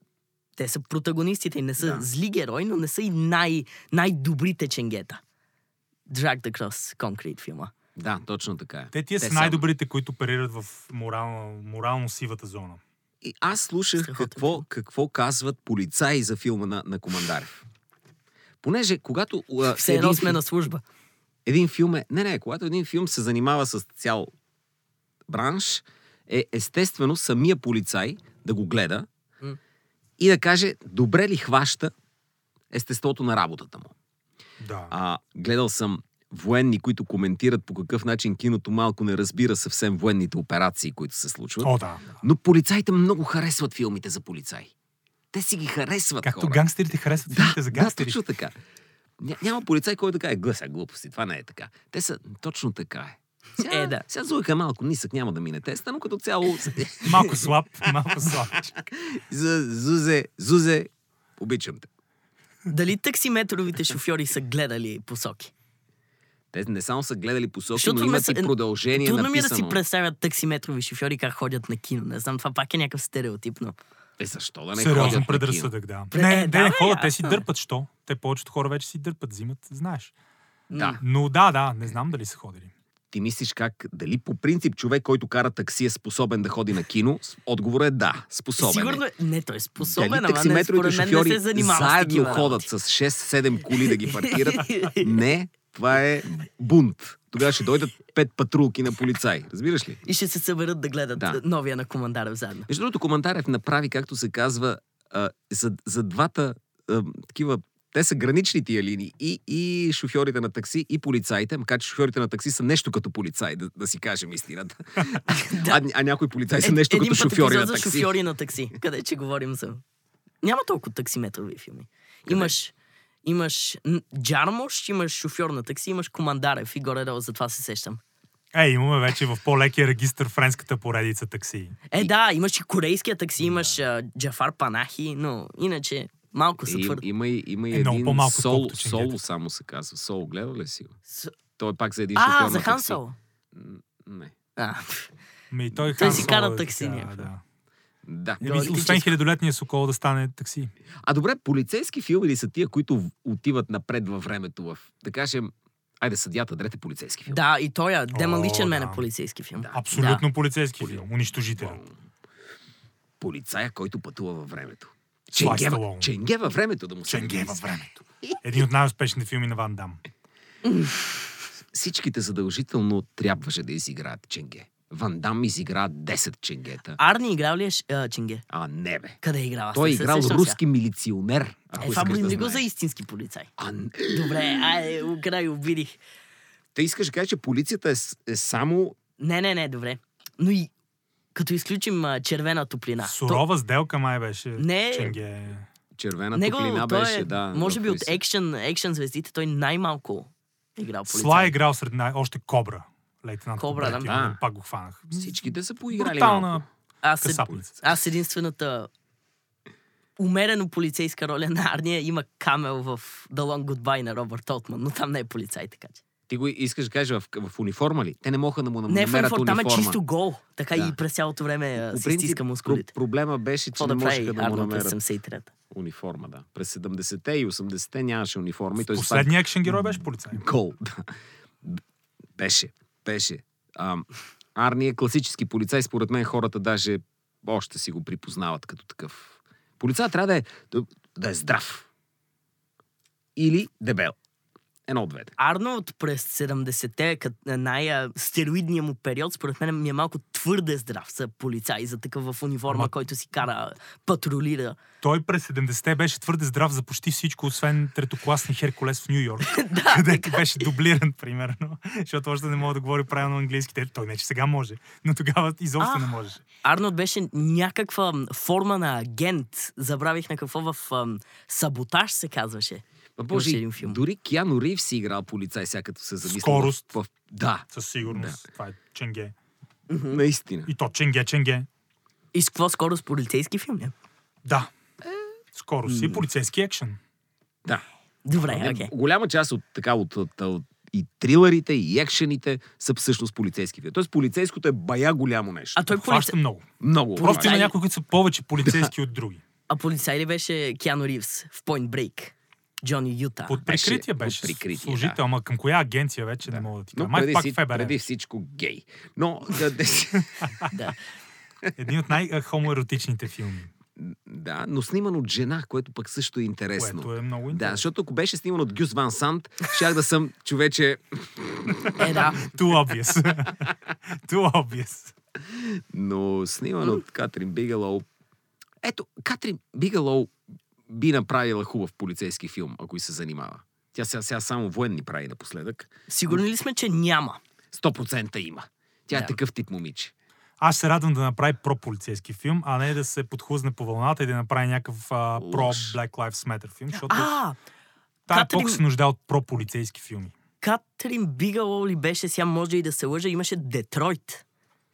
те са протагонистите и не са
Да.
зли герои, но не са и най- най-добрите ченгета. Drag the Cross, конкрет филма.
Да, точно така е.
Те тия са най-добрите, които оперират в морално, морално сивата зона.
И аз слушах
Страхотен
какво,
филм.
какво казват полицаи за филма на, на Командарев. Понеже когато... а,
Все едно сме на служба.
един филм е... Не, не, когато един филм се занимава с цял бранш, е естествено самия полицай да го гледа
М.
и да каже добре ли хваща естеството на работата му.
Да.
А, гледал съм военни, които коментират по какъв начин киното малко не разбира съвсем военните операции, които се случват.
О, да.
Но полицаите много харесват филмите за полицаи. Те си ги харесват
Както
хора.
гангстерите харесват филмите за
Да,
гангстери.
точно така. Ня, няма полицай, който да каже, гласа глупости, това не е така. Те са, точно така е. Сега,
Е, да.
сега Зуйка е малко нисък, няма да мине теста, но като цяло...
Малко слаб, малко слаб.
*laughs* Зу- Зузе, Зузе, обичам те.
Дали таксиметровите шофьори са гледали посоки?
Те не само са гледали посоки,
Защото
но
ме
имат
са-
и продължение
Трудно ми е
написано.
да си представят таксиметрови шофьори как ходят на кино. Не знам, това пак е някакъв стереотипно.
Е, защо да не ходят
Сериозен
на кино?
предразсъдък, да.
Пре- е,
Не,
да,
не,
бе,
хора, те си
ясно е.
дърпат, що? Те повечето хора вече си дърпат, взимат, знаеш.
Да.
Но да, да, не знам дали са ходили.
Ти мислиш как, дали по принцип човек, който кара такси е способен да ходи на кино? С- Отговорът е да, способен
Сигурно
е.
е. Не, той е способен,
Дали
ама не,
таксиметровите
според мен не
шофьори
се занимава с
заедно
такива
ходят
работи.
с 6-7 коли да
*laughs*
ги паркират? Не, това е бунт. Тогава ще дойдат пет патрулки на полицаи. Разбираш ли?
И ще се съберат да гледат
Да.
новия на командара заедно.
Между другото, Командарев направи, както се казва, а, за, за двата а, такива. Те са гранични тия линии. И, и шофьорите на такси, и полицаите. Макар че шофьорите на такси са нещо като полицаи, да, да си
*laughs*
кажем истината. а, а някои полицаи са
Е-
нещо
един
като
път
шофьори на
епизод за
такси.
шофьори на такси, къде че говорим за... Няма толкова таксиметрови филми. Имаш, имаш н- Джармош, имаш шофьор на такси, имаш Командарев и горе-долу, за това се сещам.
Е, имаме вече в по-лекия регистр френската поредица такси.
Е, да, имаш и корейския такси, имаш а, Джафар Панахи, но иначе малко са
Е, им-
твърди.
има, и- има и
Е, много
един
по-малко,
соло,
отколкото ченгетата.
соло само се казва. Соло, гледал ли си го?
С-
Той е пак за един шофьор
А,
на
за Хан
такси.
Соло.
М, Не.
А,
Ми, той,
Той
Хан
си
Соло
кара
е
такси
така,
някакво.
да.
Да.
Еми, Освен хилядолетния сокол да стане такси.
А добре, полицейски филми ли са тия, които в- отиват напред във времето в, да кажем, айде съдята, дрете полицейски филм.
да, и той е демаличен
О,
мен е
да.
полицейски филм.
Абсолютно полицейски филм. Унищожителен.
Полицая, който пътува във времето.
Слайс
Ченге,
Сталон.
ченге във времето да му се
Ченге
види.
във времето. Един от най-успешните филми на Ван Дам.
Всичките задължително трябваше да изиграят ченге. Ван Дам изигра 10 ченгета. А,
Арни играл ли е Ш- а, Чинге?
не бе.
Къде е играл? Аз
Той е
не се
играл
сещам
руски милиционер.
сега.
Ако
Е, това
искаш
не
да
го за
знаеш.
истински полицай.
А, н-
Добре, ай, украй, обидих.
те искаш да кажеш, че полицията е, с- е само...
Не, не, не, добре. Но и като изключим а, червена топлина.
Сурова сделка май беше.
Не.
Ченге.
Червена
то, него,
топлина
той
беше,
е,
да.
Може би
в-
от екшен, екшен звездите той най-малко играл полицай.
Сла е играл сред най- още Кобра. Лейтенант
Кобра, да.
Кобратин,
Да.
Пак го хванах.
Всичките са поиграли
Брутална
малко.
Аз, е-
касапница.
аз единствената умерено полицейска роля на Арния има камел в The Long Goodbye на Робърт Олтман, но там не е полицай, така че.
Ти го искаш да кажеш в, в униформа ли? Те не моха да му
Не е
намерят
Франкфурт, там
униформа.
е чисто гол. Така
Да.
и през цялото време а,
По
се стиска
про-
мускулите.
проблема беше, че
Какво
не
да прави
можеха да му
Арно през
намерят
73-та?
униформа, да. През 70-те и 80-те нямаше униформа и Ами той си
Последният екшен герой беше полицай.
пак... Гол, да. Беше, беше. А, Арни е класически полицай, според мен хората даже още си го припознават като такъв. Полицай трябва да е, да, да е здрав. Или дебел. Едно от двете.
Арнолд през 70-те, като най-стероидния му период, според мен ми е малко твърде здрав за полицай, за такъв в униформа,
Ама-
който си кара, патрулира.
Той през 70-те беше твърде здрав за почти всичко, освен третокласни Херкулес в Нью Йорк,
*laughs*
където беше дублиран, примерно. Защото още не мога да говори правилно английски. Те- Той не, че сега може, но тогава изобщо не
Ах.
можеше.
Арнолд беше някаква м, форма на агент. Забравих на какво в ам, Саботаж се казваше.
Ма
Имаше
Боже,
един филм.
дори Киано Рив си е играл полицай, сега като се замисля. в-
Скорост.
В, да,
Със сигурност. Това е Ченге.
наистина.
И то Ченге, Ченге.
И с какво скоро с полицейски филм, не?
Да.
Е.
Скоро си полицейски екшен.
Да.
Добре,
Е,
окей.
Голяма част от, така, от, от, от и трилърите, и екшените са всъщност полицейски филми. Тоест полицейското е бая голямо нещо.
А той полицай...
Хваща много.
Много.
Просто има
Полицай-
някои, които са повече полицейски от други.
А полицай ли беше Киано Ривз в Point Break? Джони Юта.
Под
Беше
прикритие
под
беше.
прикритие,
служител,
да.
ама към коя агенция вече не мога да ти кажа.
Но
Май
преди,
пак е.
си,
ФБР.
преди всичко гей. Но да, да,
*laughs*
Да.
Един от най-хомоеротичните филми.
Да, но сниман от жена, което пък също е интересно.
Което е много
Да,
интересно.
защото ако беше сниман от Гюс Ван Сант, щях да съм човече...
Е, да.
Too obvious. *laughs* Too obvious.
Но сниман от Катрин Бигалоу... Ето, Катрин Бигалоу би направила хубав полицейски филм, ако и се занимава. Тя сега, сега само военни прави напоследък.
Сигурни ли сме, че няма?
100% има. Тя е
Да.
такъв тип момиче.
Аз се радвам да направи про-полицейски филм, а не да се подхлъзне по вълната и да направи някакъв а,
Лош.
про-Black Lives Matter филм, защото
А,
тази
Катрин-
епоха се нуждае от про-полицейски филми.
Катрин Бигалоу ли беше, сега може и да се лъжа, имаше Детройт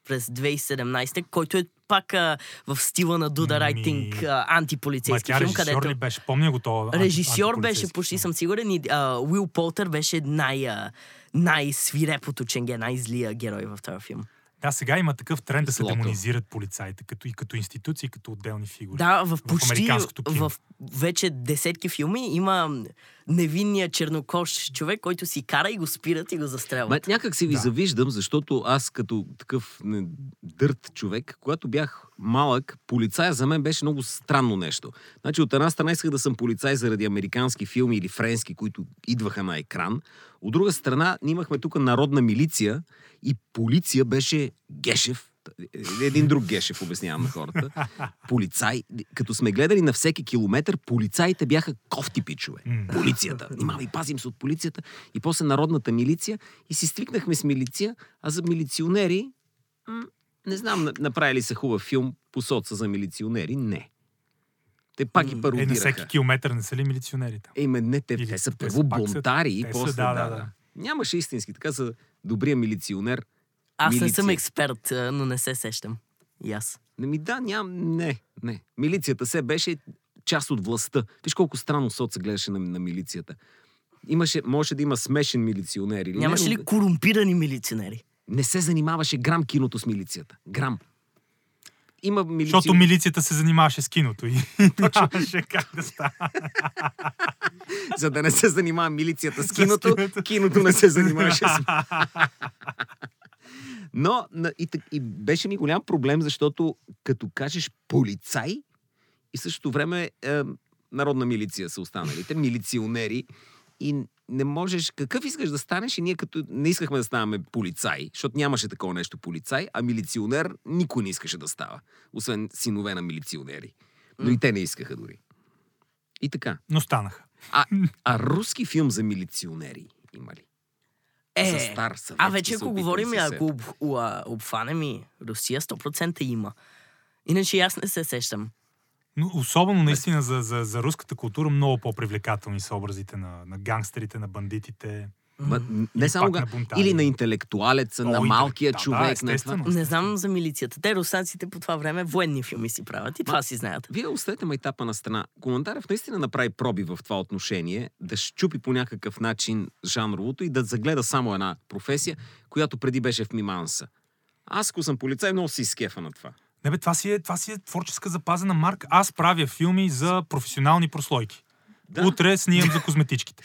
през 2017, който е пак а, в стила на Do the Right
Ми-
Thing, а,
Ма
антиполицейски
тя
филм,
режисьор
където...
ли беше? Помня го това. анти-
Режисьор беше,
антиполицейски
почти
филм.
съм сигурен, и а, Уил Полтър беше най, а, най-свирепото ченге, най-злия герой в този филм.
Да, сега има такъв тренд да се
Злото.
демонизират полицаите, като и като институции, и като отделни фигури.
Да, в почти
американското кино.
в вече десетки филми има невинния чернокош човек, който си кара и го спират и го
Ма,
застрелват.
някак си ви
Да.
завиждам, защото аз като такъв не, дърт човек, когато бях малък, полицая за мен беше много странно нещо. Значи от една страна исках да съм полицай заради американски филми или френски, които идваха на екран. От друга страна, ние имахме тук народна милиция и полиция беше Гешев. Е, Един друг Гешев, обяснявам на хората. Полицай. Като сме гледали на всеки километър, полицаите бяха кофти пичове.
М. *laughs*
Полицията. Нима и пазим се от полицията. И после народната милиция. И си свикнахме с милиция, а за милиционери... м, Не знам, на- направили са хубав филм посоца за милиционери. Не. Те пак ги
Е, на всеки
пародираха.
километър не са ли милиционерите?
Еме, не, те,
Или
те са
те
първо
са пак са-
бунтари и
те са,
после...
да, да, да.
Нямаше истински. Така за добрия милиционер.
Аз не
милиция.
съм експерт, а, но не се сещам. И аз.
Не ми Ами да, ням, не, не. Милицията се беше част от властта. Виж колко странно сот се гледаше на, на милицията. Имаше, може да има смешен милиционер или
Нямаше
не,
ли
но
корумпирани милиционери?
не се занимаваше грам киното с милицията. Грам. Има милиция.
Защото милицията се занимаваше с киното и *laughs* нямаше как да става.
За да не се занимава милицията с
С
киното,
киното.
киното не се занимаваше с... Но на- и, так- и беше ми голям проблем, защото като кажеш полицай и същото време е, народна милиция са останалите, милиционери и не можеш, какъв искаш да станеш и ние като не искахме да ставаме полицай, защото нямаше такова нещо полицай, а милиционер никой не искаше да става, освен синове на милиционери. Но и те не искаха дори. И така.
*laughs* Но станаха.
А, а руски филм за милиционери има ли?
Е,
за стар съветски
а вече
се
ако
опитам
говорим,
да се
ако
сета.
об, у, а, обхванем и Русия, 100% има. Иначе и аз не се сещам.
Но особено наистина за, за, за руската култура много по-привлекателни са образите на, на гангстерите, на бандитите.
Ма, н- не
Или
само
пак
га...
на бунтари.
Или на интелектуалеца,
О,
на
интелект-
малкия
да, да,
човек. на това.
естествено.
Не знам за милицията. Те, русанците по това време, военни филми си правят и това си знаят.
Вие оставете майтапа на страна. Командарев наистина направи проби в това отношение, да щупи по някакъв начин жанровото и да загледа само една професия, която преди беше в миманса. Аз, ако съм полицай, много си изкефа на това.
Не бе, това си, е, това си е творческа запазена марка. Аз правя филми за професионални прослойки.
Да.
Да. Утре снимам за
*laughs*
козметичките.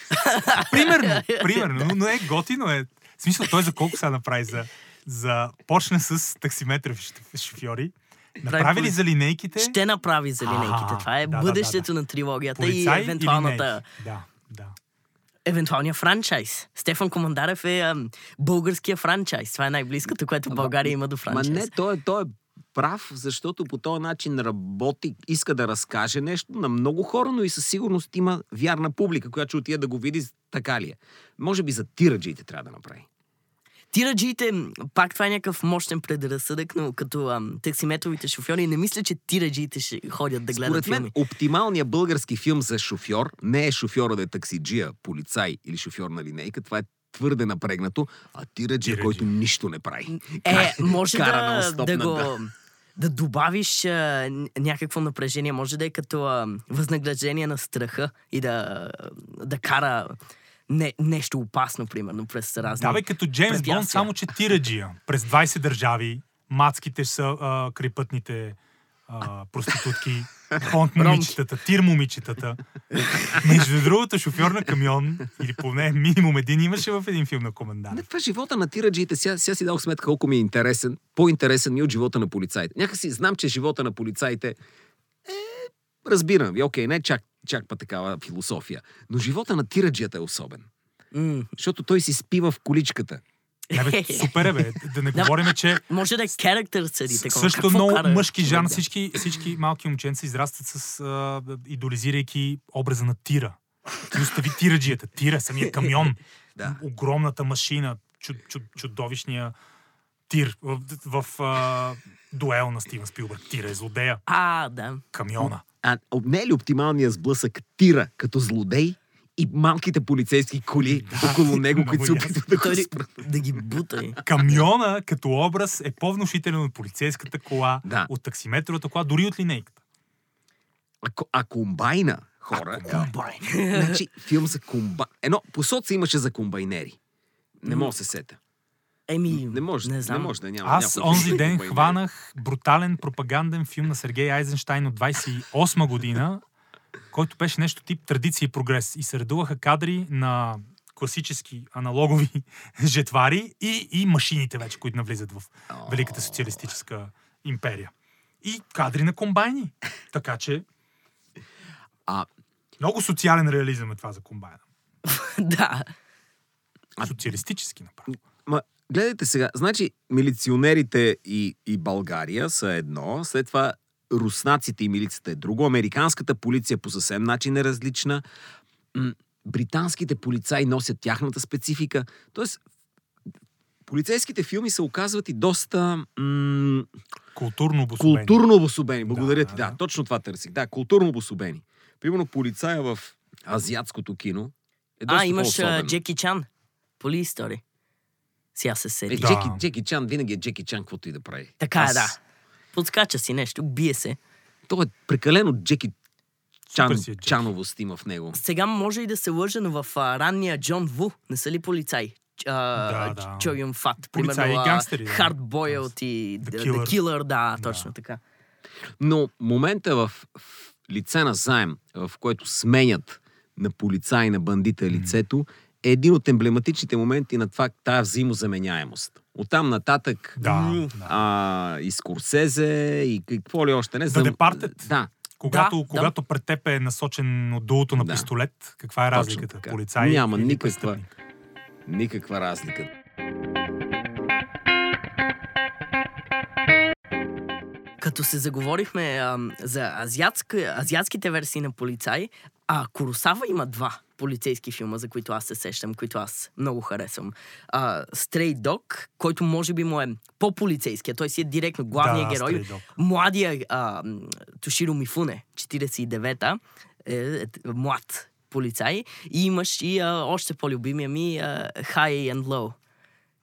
примерно, примерно, но е готино е. В смисъл, той за колко сега направи за... за... Почна с таксиметров шофьори. Направи ли
поли-
за линейките?
Ще направи за линейките.
Аха,
Това е
да, да, да,
бъдещето на трилогията и
и
евентуалната,
линейки. Да, да.
евентуалния франчайз. Стефан Командарев е ам, българския франчайз. Това е най-близкото, което България има до
Ма
франчайз.
не, той, е- той е прав, защото по този начин работи, иска да разкаже нещо на много хора, но и със сигурност има вярна публика, която ще отиде да го види така ли е. Може би за тираджиите трябва да направи.
Тираджиите, м, пак това е някакъв мощен предразсъдък, но като ам, таксиметровите шофьори, не мисля, че тираджиите ще ходят да гледат
Според мен,
филми.
оптималният български филм за шофьор не е шофьора да е таксиджия, полицай или шофьор на линейка. Това е твърде напрегнато, а тираджия,
Тираджия.
който нищо не прави.
Е, може
*laughs* кара на
да,
стоп
да
на
го...
да.
Да добавиш а, ня- някакво напрежение, може да е като а, възнаграждение на страха и да, да кара не, нещо опасно, примерно, през разни...
Да, бе, като Джеймс
препятствия.
Бонд, само че тираджия. През 20 държави, мацките са а, крепътните а, проститутки, понт момичетата, тир момичетата. Между другото, шофьор на камион, или поне минимум един имаше в един филм на комендант.
Не, това е живота на тираджиите, сега, сега си дал сметка колко ми е интересен. По-интересен ми е от живота на полицаите. Някакси знам, че живота на полицаите е Разбирам ви, окей, не чак, чак па такава философия. Но живота на тираджията е особен.
М,
Защото той си спива в количката.
Не, бе, супер е, бе. Да не говорим, че
Може да е характер съди
с-
такова.
също
Какво
много
кара
мъжки жан.
човек да-
Всички, всички малки момченца израстват с а, идолизирайки образа на тира. Остави тираджията. Тира, самия камион.
*laughs* Да.
огромната машина, чуд, чуд, чудовищния тир в, в, в а, дуел на Стивен Спилбърг. Тира е злодея,
А, да.
камиона.
А не е ли оптималният сблъсък тира като злодей и малките полицейски коли да, около него, които се
Ами *laughs* много
опитват да
Той
го
да-
спрат?
да ги бута. и.
Камиона като образ е по-внушителен от полицейската кола,
Да.
от таксиметровата кола, дори от линейката.
А, ко- а комбайна, хора...
*laughs* Комбайн.
Значи, филм за комбайн... Едно, посоца имаше за комбайнери. Не мога да се сета.
Еми,
Не може, не,
не знам.
може да няма
Аз
някой
онзи
за
ден
комбайнери.
хванах брутален пропаганден филм на Сергей Айзенштайн от 28 година, който беше нещо тип традиция и прогрес. И се редуваха кадри на класически аналогови *laughs* жетвари и, и машините вече, които навлизат в Великата социалистическа империя. И кадри на комбайни. Така че
А,
много социален реализъм е това за комбайна.
*laughs* да.
Е,
Социалистически направо.
ма, гледайте сега, значи милиционерите и, и България са едно, след това руснаците и милицията е друго, американската полиция по съвсем начин е различна, М, британските полицаи носят тяхната специфика, т.е. полицейските филми се оказват и доста... М-
Културно обособени.
Културно обособени. Благодаря
Да,
ти.
да,
Да,
да.
точно това търсих. Да, културно обособени. Примерно полицая в азиатското кино е доста
А, имаш а,
по-особен.
Джеки Чан. Поли стори. Сега се
Е,
седи.
Да.
Джеки, Джеки Чан винаги е Джеки Чан, каквото и да прави.
Така е,
Аз-
да. Подскача си нещо, бие се.
Той е прекалено Джеки Чан,
Супер си е Джеки.
Чановост има в него.
Сега може и да се лъжа, но в а, ранния Джон Ву не са ли полицаи? А,
Да, да.
Ч- Чо Юн Фат.
Полицаи
примерно,
и
а,
гангстери, да.
Hard Boiled и
The
The, The
Killer.
Killer. да, точно така.
Но момента е в в лице на заем, в който сменят на полицай и на бандита лицето, е един от емблематичните моменти на това, тая взаимозаменяемост. Оттам нататък
Да, да.
а, и Скорсезе, и какво ли още не.
The Departed.
Да.
Когато,
Да, да.
когато пред теб е насочен от дулото на
Да.
пистолет, каква е
Точно
разликата?
така.
Полицай
Няма
или
никаква.
престъпник?
Никаква разлика.
Като се заговорихме ам, за азиатска, азиатските версии на полицаи, а Коросава има два полицейски филма, за които аз се сещам, които аз много харесвам. А, Stray Dog, който може би му е по-полицейския, той си е директно главният
Да,
герой.
Stray Dog.
Младия а, м, Тоширо Мифуне, 49-та, е, е т- млад полицай. И имаш и а, още по-любимия ми а, High and Low,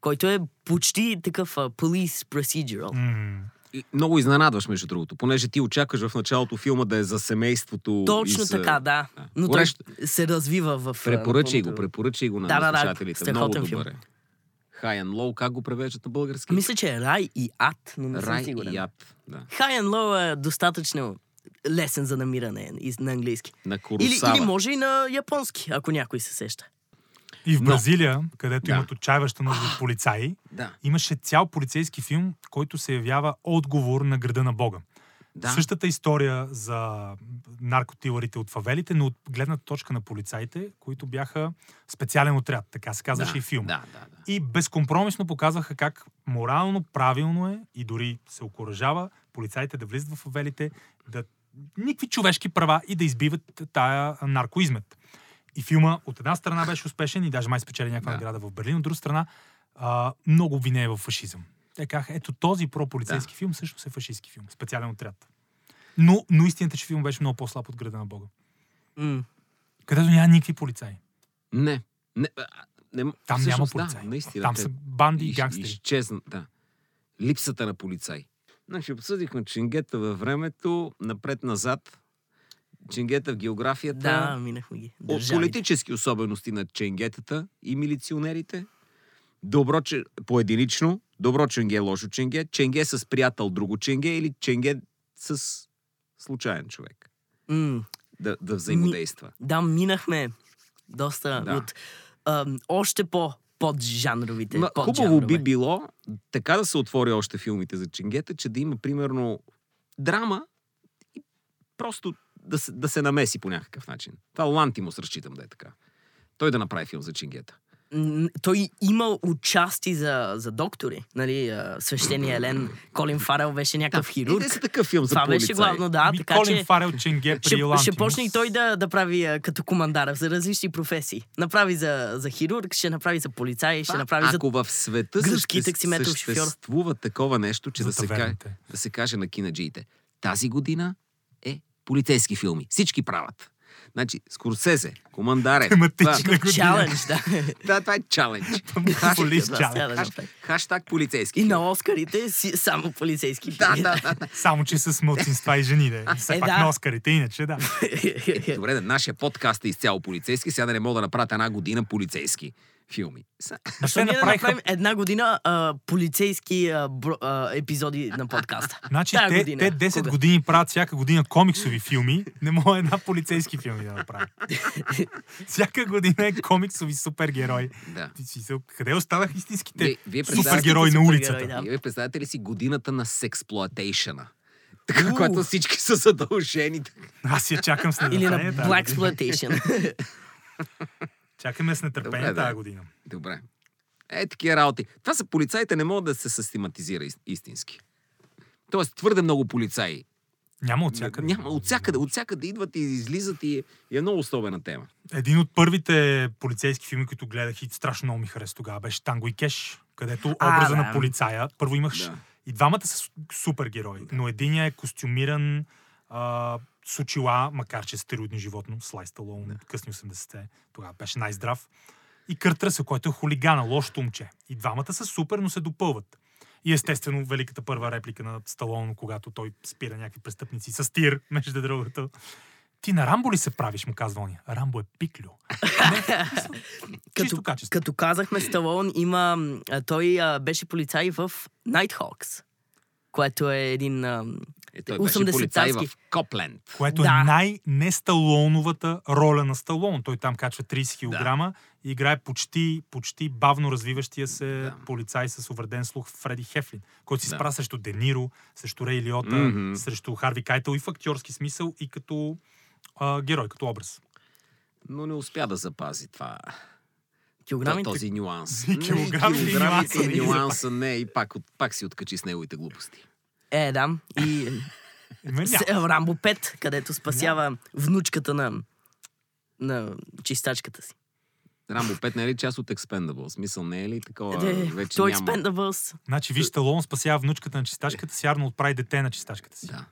който е почти такъв а, police procedural.
М,
И много изненадваш, между другото, понеже ти очакваш в началото филма да е за семейството.
Точно
и за...
така, да.
Да.
Но той
Горещ.
се развива в... а,
Препоръчай го,
напълното-
препоръчай го на
Да, да, да,
слушателите. много
страхотен
добър
филм.
е. High and Low, как го превеждат на български?
Мисля, че е рай и ад, но не съм
Рай
сигурен.
и ад. Да.
High and low е достатъчно лесен за намиране из- на английски.
На
Или,
Куросава.
или може и на японски, ако някой се сеща.
И в
Но-
Бразилия, където
Да.
имат отчаиваща нужда от полицаи,
Да.
имаше цял полицейски филм, който се явява отговор на града на Бога.
Да.
Същата история за наркотиларите от фавелите, но от гледната точка на полицаите, които бяха специален отряд, така се казваше
да.
и филм.
Да, да, да.
И безкомпромисно показваха как морално правилно е и дори се окоръжава полицаите да влизат в фавелите, да никакви човешки права и да избиват тая наркоизмет. И филма от една страна беше успешен и даже май спечели някаква
Да.
награда в Берлин, от друга страна а, много обвинение в фашизъм. Те казаха, ето този прополицейски филм също е фашистски филм, специален отряд. Но, но истината, е, че филм беше много по-слаб от града на Бога.
М.
Където няма никакви полицаи.
Не. не, а, не м-
Там няма
всъщност,
полицаи.
Да, наистина,
Там
те-
са банди и
из-
гангстери.
Изчезна, да. Липсата на полицай. Значи, обсъдихме чингета във времето, напред-назад, чингета в географията,
Да, минахме ги.
от
Държавите.
политически особености на ченгетата и милиционерите. Добро, че поединично, добро ченге, е лошо ченге, ченге с приятел, друго ченге или ченге с случайен човек
М.
да, да взаимодейства.
Да, минахме доста
Да.
от ам, още по поджанровите.
Ма, хубаво
поджанрове.
би било така да се отвори още филмите за ченгета, че да има примерно драма и просто да се, да се намеси по някакъв начин. Това Лантимус разчитам да е така. Той да направи филм за Чингета.
М, той има участи за, за доктори. Нали, а, свещения Елен Колин Фарел беше някакъв хирург.
И да си такъв филм за
Това беше
полицаи.
главно, да.
Ми
Така
Колин
че
Фарел Ченге
е
при
ще,
Елантимус.
ще почне и
*laughs*
той да, да прави а, като командаров за различни професии. Направи за, за хирург, ще направи за полицай, ще
Това,
направи за...
Ако в света
гръцки
съществ-
таксиметров шофьор.
съществува такова нещо, че
За
да се, ка...
таверните.
да се каже на кинаджиите. Тази година е полицейски филми. Всички правят. Значи, Скорсезе, Командаре.
Тематична
това-
година.
Чалендж, да. *laughs*
Да, това е чалендж.
Полис
Да,
чалендж.
сега да
Хаш-
направи.
Хаштаг полицейски.
е И
филм.
на Оскарите си, само полицейски
Да,
филми.
да, да.
Само, че с мълцинства и жени, да. е. Все
Е,
пак
да.
на Оскарите, иначе, да.
*laughs*
Добре, да, нашия подкаст е изцяло полицейски, сега да не мога да направят една година полицейски филми. Са-
Защо
Те
Ами ние да
направиха-
направим една година а, полицейски а, бро, а, епизоди на подкаста?
*laughs* Значи
Тая
те,
година.
те 10
Кога?
години правят всяка година комиксови филми, не мога една полицейски филми
*laughs*
да направят. всяка година е комиксови супергерой.
Да.
Ти си, се- къде останах истинските
Вие- вие
супергерои
представяте
на
си
улицата?
супергерои, Е, да.
*laughs* Вие представяте ли си годината на сексплуатейшъна? *laughs* Така,
Уу.
когато всички са задължени.
Аз я чакам с
Или на
нетърпение. тази
Black
година.
Exploitation.
Чакаме с нетърпение
Добре, да.
тази година.
Добре. Е, такива работи. Това са полицаите, не могат да се систематизира ист- истински. Тоест, твърде много полицаи.
Няма от всякъде.
Няма, от всякъде, от всякъде идват и излизат и и е много особена тема.
Един от първите полицейски филми, които гледах и страшно много ми хареса тогава, беше Танго и Кеш, където
А,
образа
да.
на полицая, първо имаш
Да.
и двамата са су- супергерои, но единия е костюмиран а, с очила, макар че е стероидно животно, Слай Сталон, късни 80-те, тогава беше най-здрав. И Кърт Ръсъл, който е хулигана, лошото момче. И двамата са супер, но се допълват. И естествено, великата първа реплика на Сталон, когато той спира някакви престъпници с тир, между другото. Ти на Рамбо ли се правиш, му казва оня. Рамбо е
*laughs*
пиклю. Не, *laughs* чисто
като,
качество.
като казахме, Сталон има... м, а, Той а, беше полицай в Nighthawks, което е един... а, м,
Е, той беше полицай
80-тарски.
в Копленд.
Което
Да.
е най-несталоновата роля на Сталон. Той там качва 30 кг и играе почти, почти бавно развиващия се
Да.
полицай с увреден слух Фреди Хефлин, който си
Да.
спра срещу Де Ниро, срещу Рей Лиота,
Мгм.
срещу Харви Кайтел и в актьорски смисъл и като а, герой, като образ.
Но не успя да запази това.
Килограмите...
е Този нюанс.
И *laughs* килограмите и нюанса не
и
ги
нюанса не. И пак, от, пак си откачи с неговите глупости.
Е, да. И
Ами Има
с,
някакъв.
Рамбо 5, където спасява внучката на, на чистачката си.
Рамбо 5 не е ли част от Expendables? Смисъл не е ли такова?
Де,
вече
той е
няма.
Expendables.
Значи, виж, Сталон спасява внучката на чистачката си, Арнолд прави дете на чистачката си.
Да.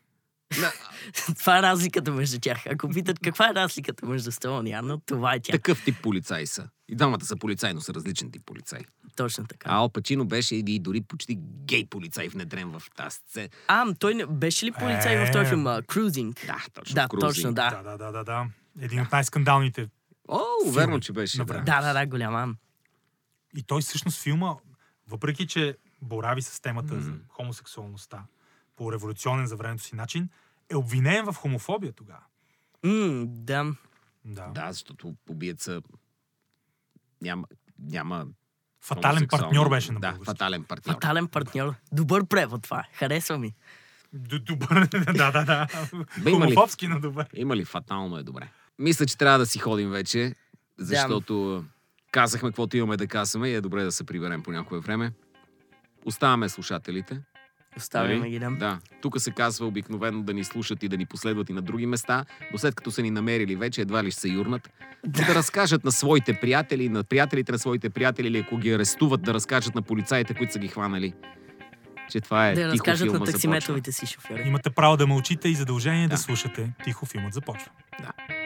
На,
Това е разликата между тях. Ако питат каква е разликата между Сталон и Арнолд, това е тя.
такъв тип полицаи са. И двамата са полицаи, но са различен тип полицаи.
Точно така.
А Ал Пачино беше и дори почти гей полицай внедрен в тази сцена.
А, м, той не, беше ли полицай в този
Е.
филм? а, Cruising.
Да, точно.
Да,
Крузинг.
точно, да.
Да, да, да, да, да. Един от най-скандалните
О,
Сигурно.
верно, че беше.
Добре.
Да.
Да, да, да, голяма.
И той всъщност филма, въпреки че борави с темата за хомосексуалността по революционен за времето си начин, е обвинен в хомофобия тогава.
М, да.
Да.
да, защото убиеца няма, няма
Фатален
хомосексуална-
партньор беше на
Да,
български.
фатален партньор.
Фатален партньор. Добър превод това. е. Харесва ми.
Д- Добър, *laughs* да, да, да.
Бе, има ли-
Хомофобски, но добър.
Има ли фатално е добре? Мисля, че трябва да си ходим вече, защото казахме каквото имаме да казваме и е добре да се приберем по някое време. Оставаме слушателите.
Оставяме
нали?
ги, да.
Да. Тук се казва обикновено да ни слушат и да ни последват и на други места, но след като са ни намерили вече, едва ли ще се юрнат. Да, да разкажат на своите приятели, на приятелите на своите приятели, или ако ги арестуват, да разкажат на полицаите, които са ги хванали. Че това е
Да
тихо
разкажат
филма
на
започва.
таксиметровите си шофьори.
Имате право да мълчите и задължение да,
Да.
слушате. Тихо филмът започва.
Да.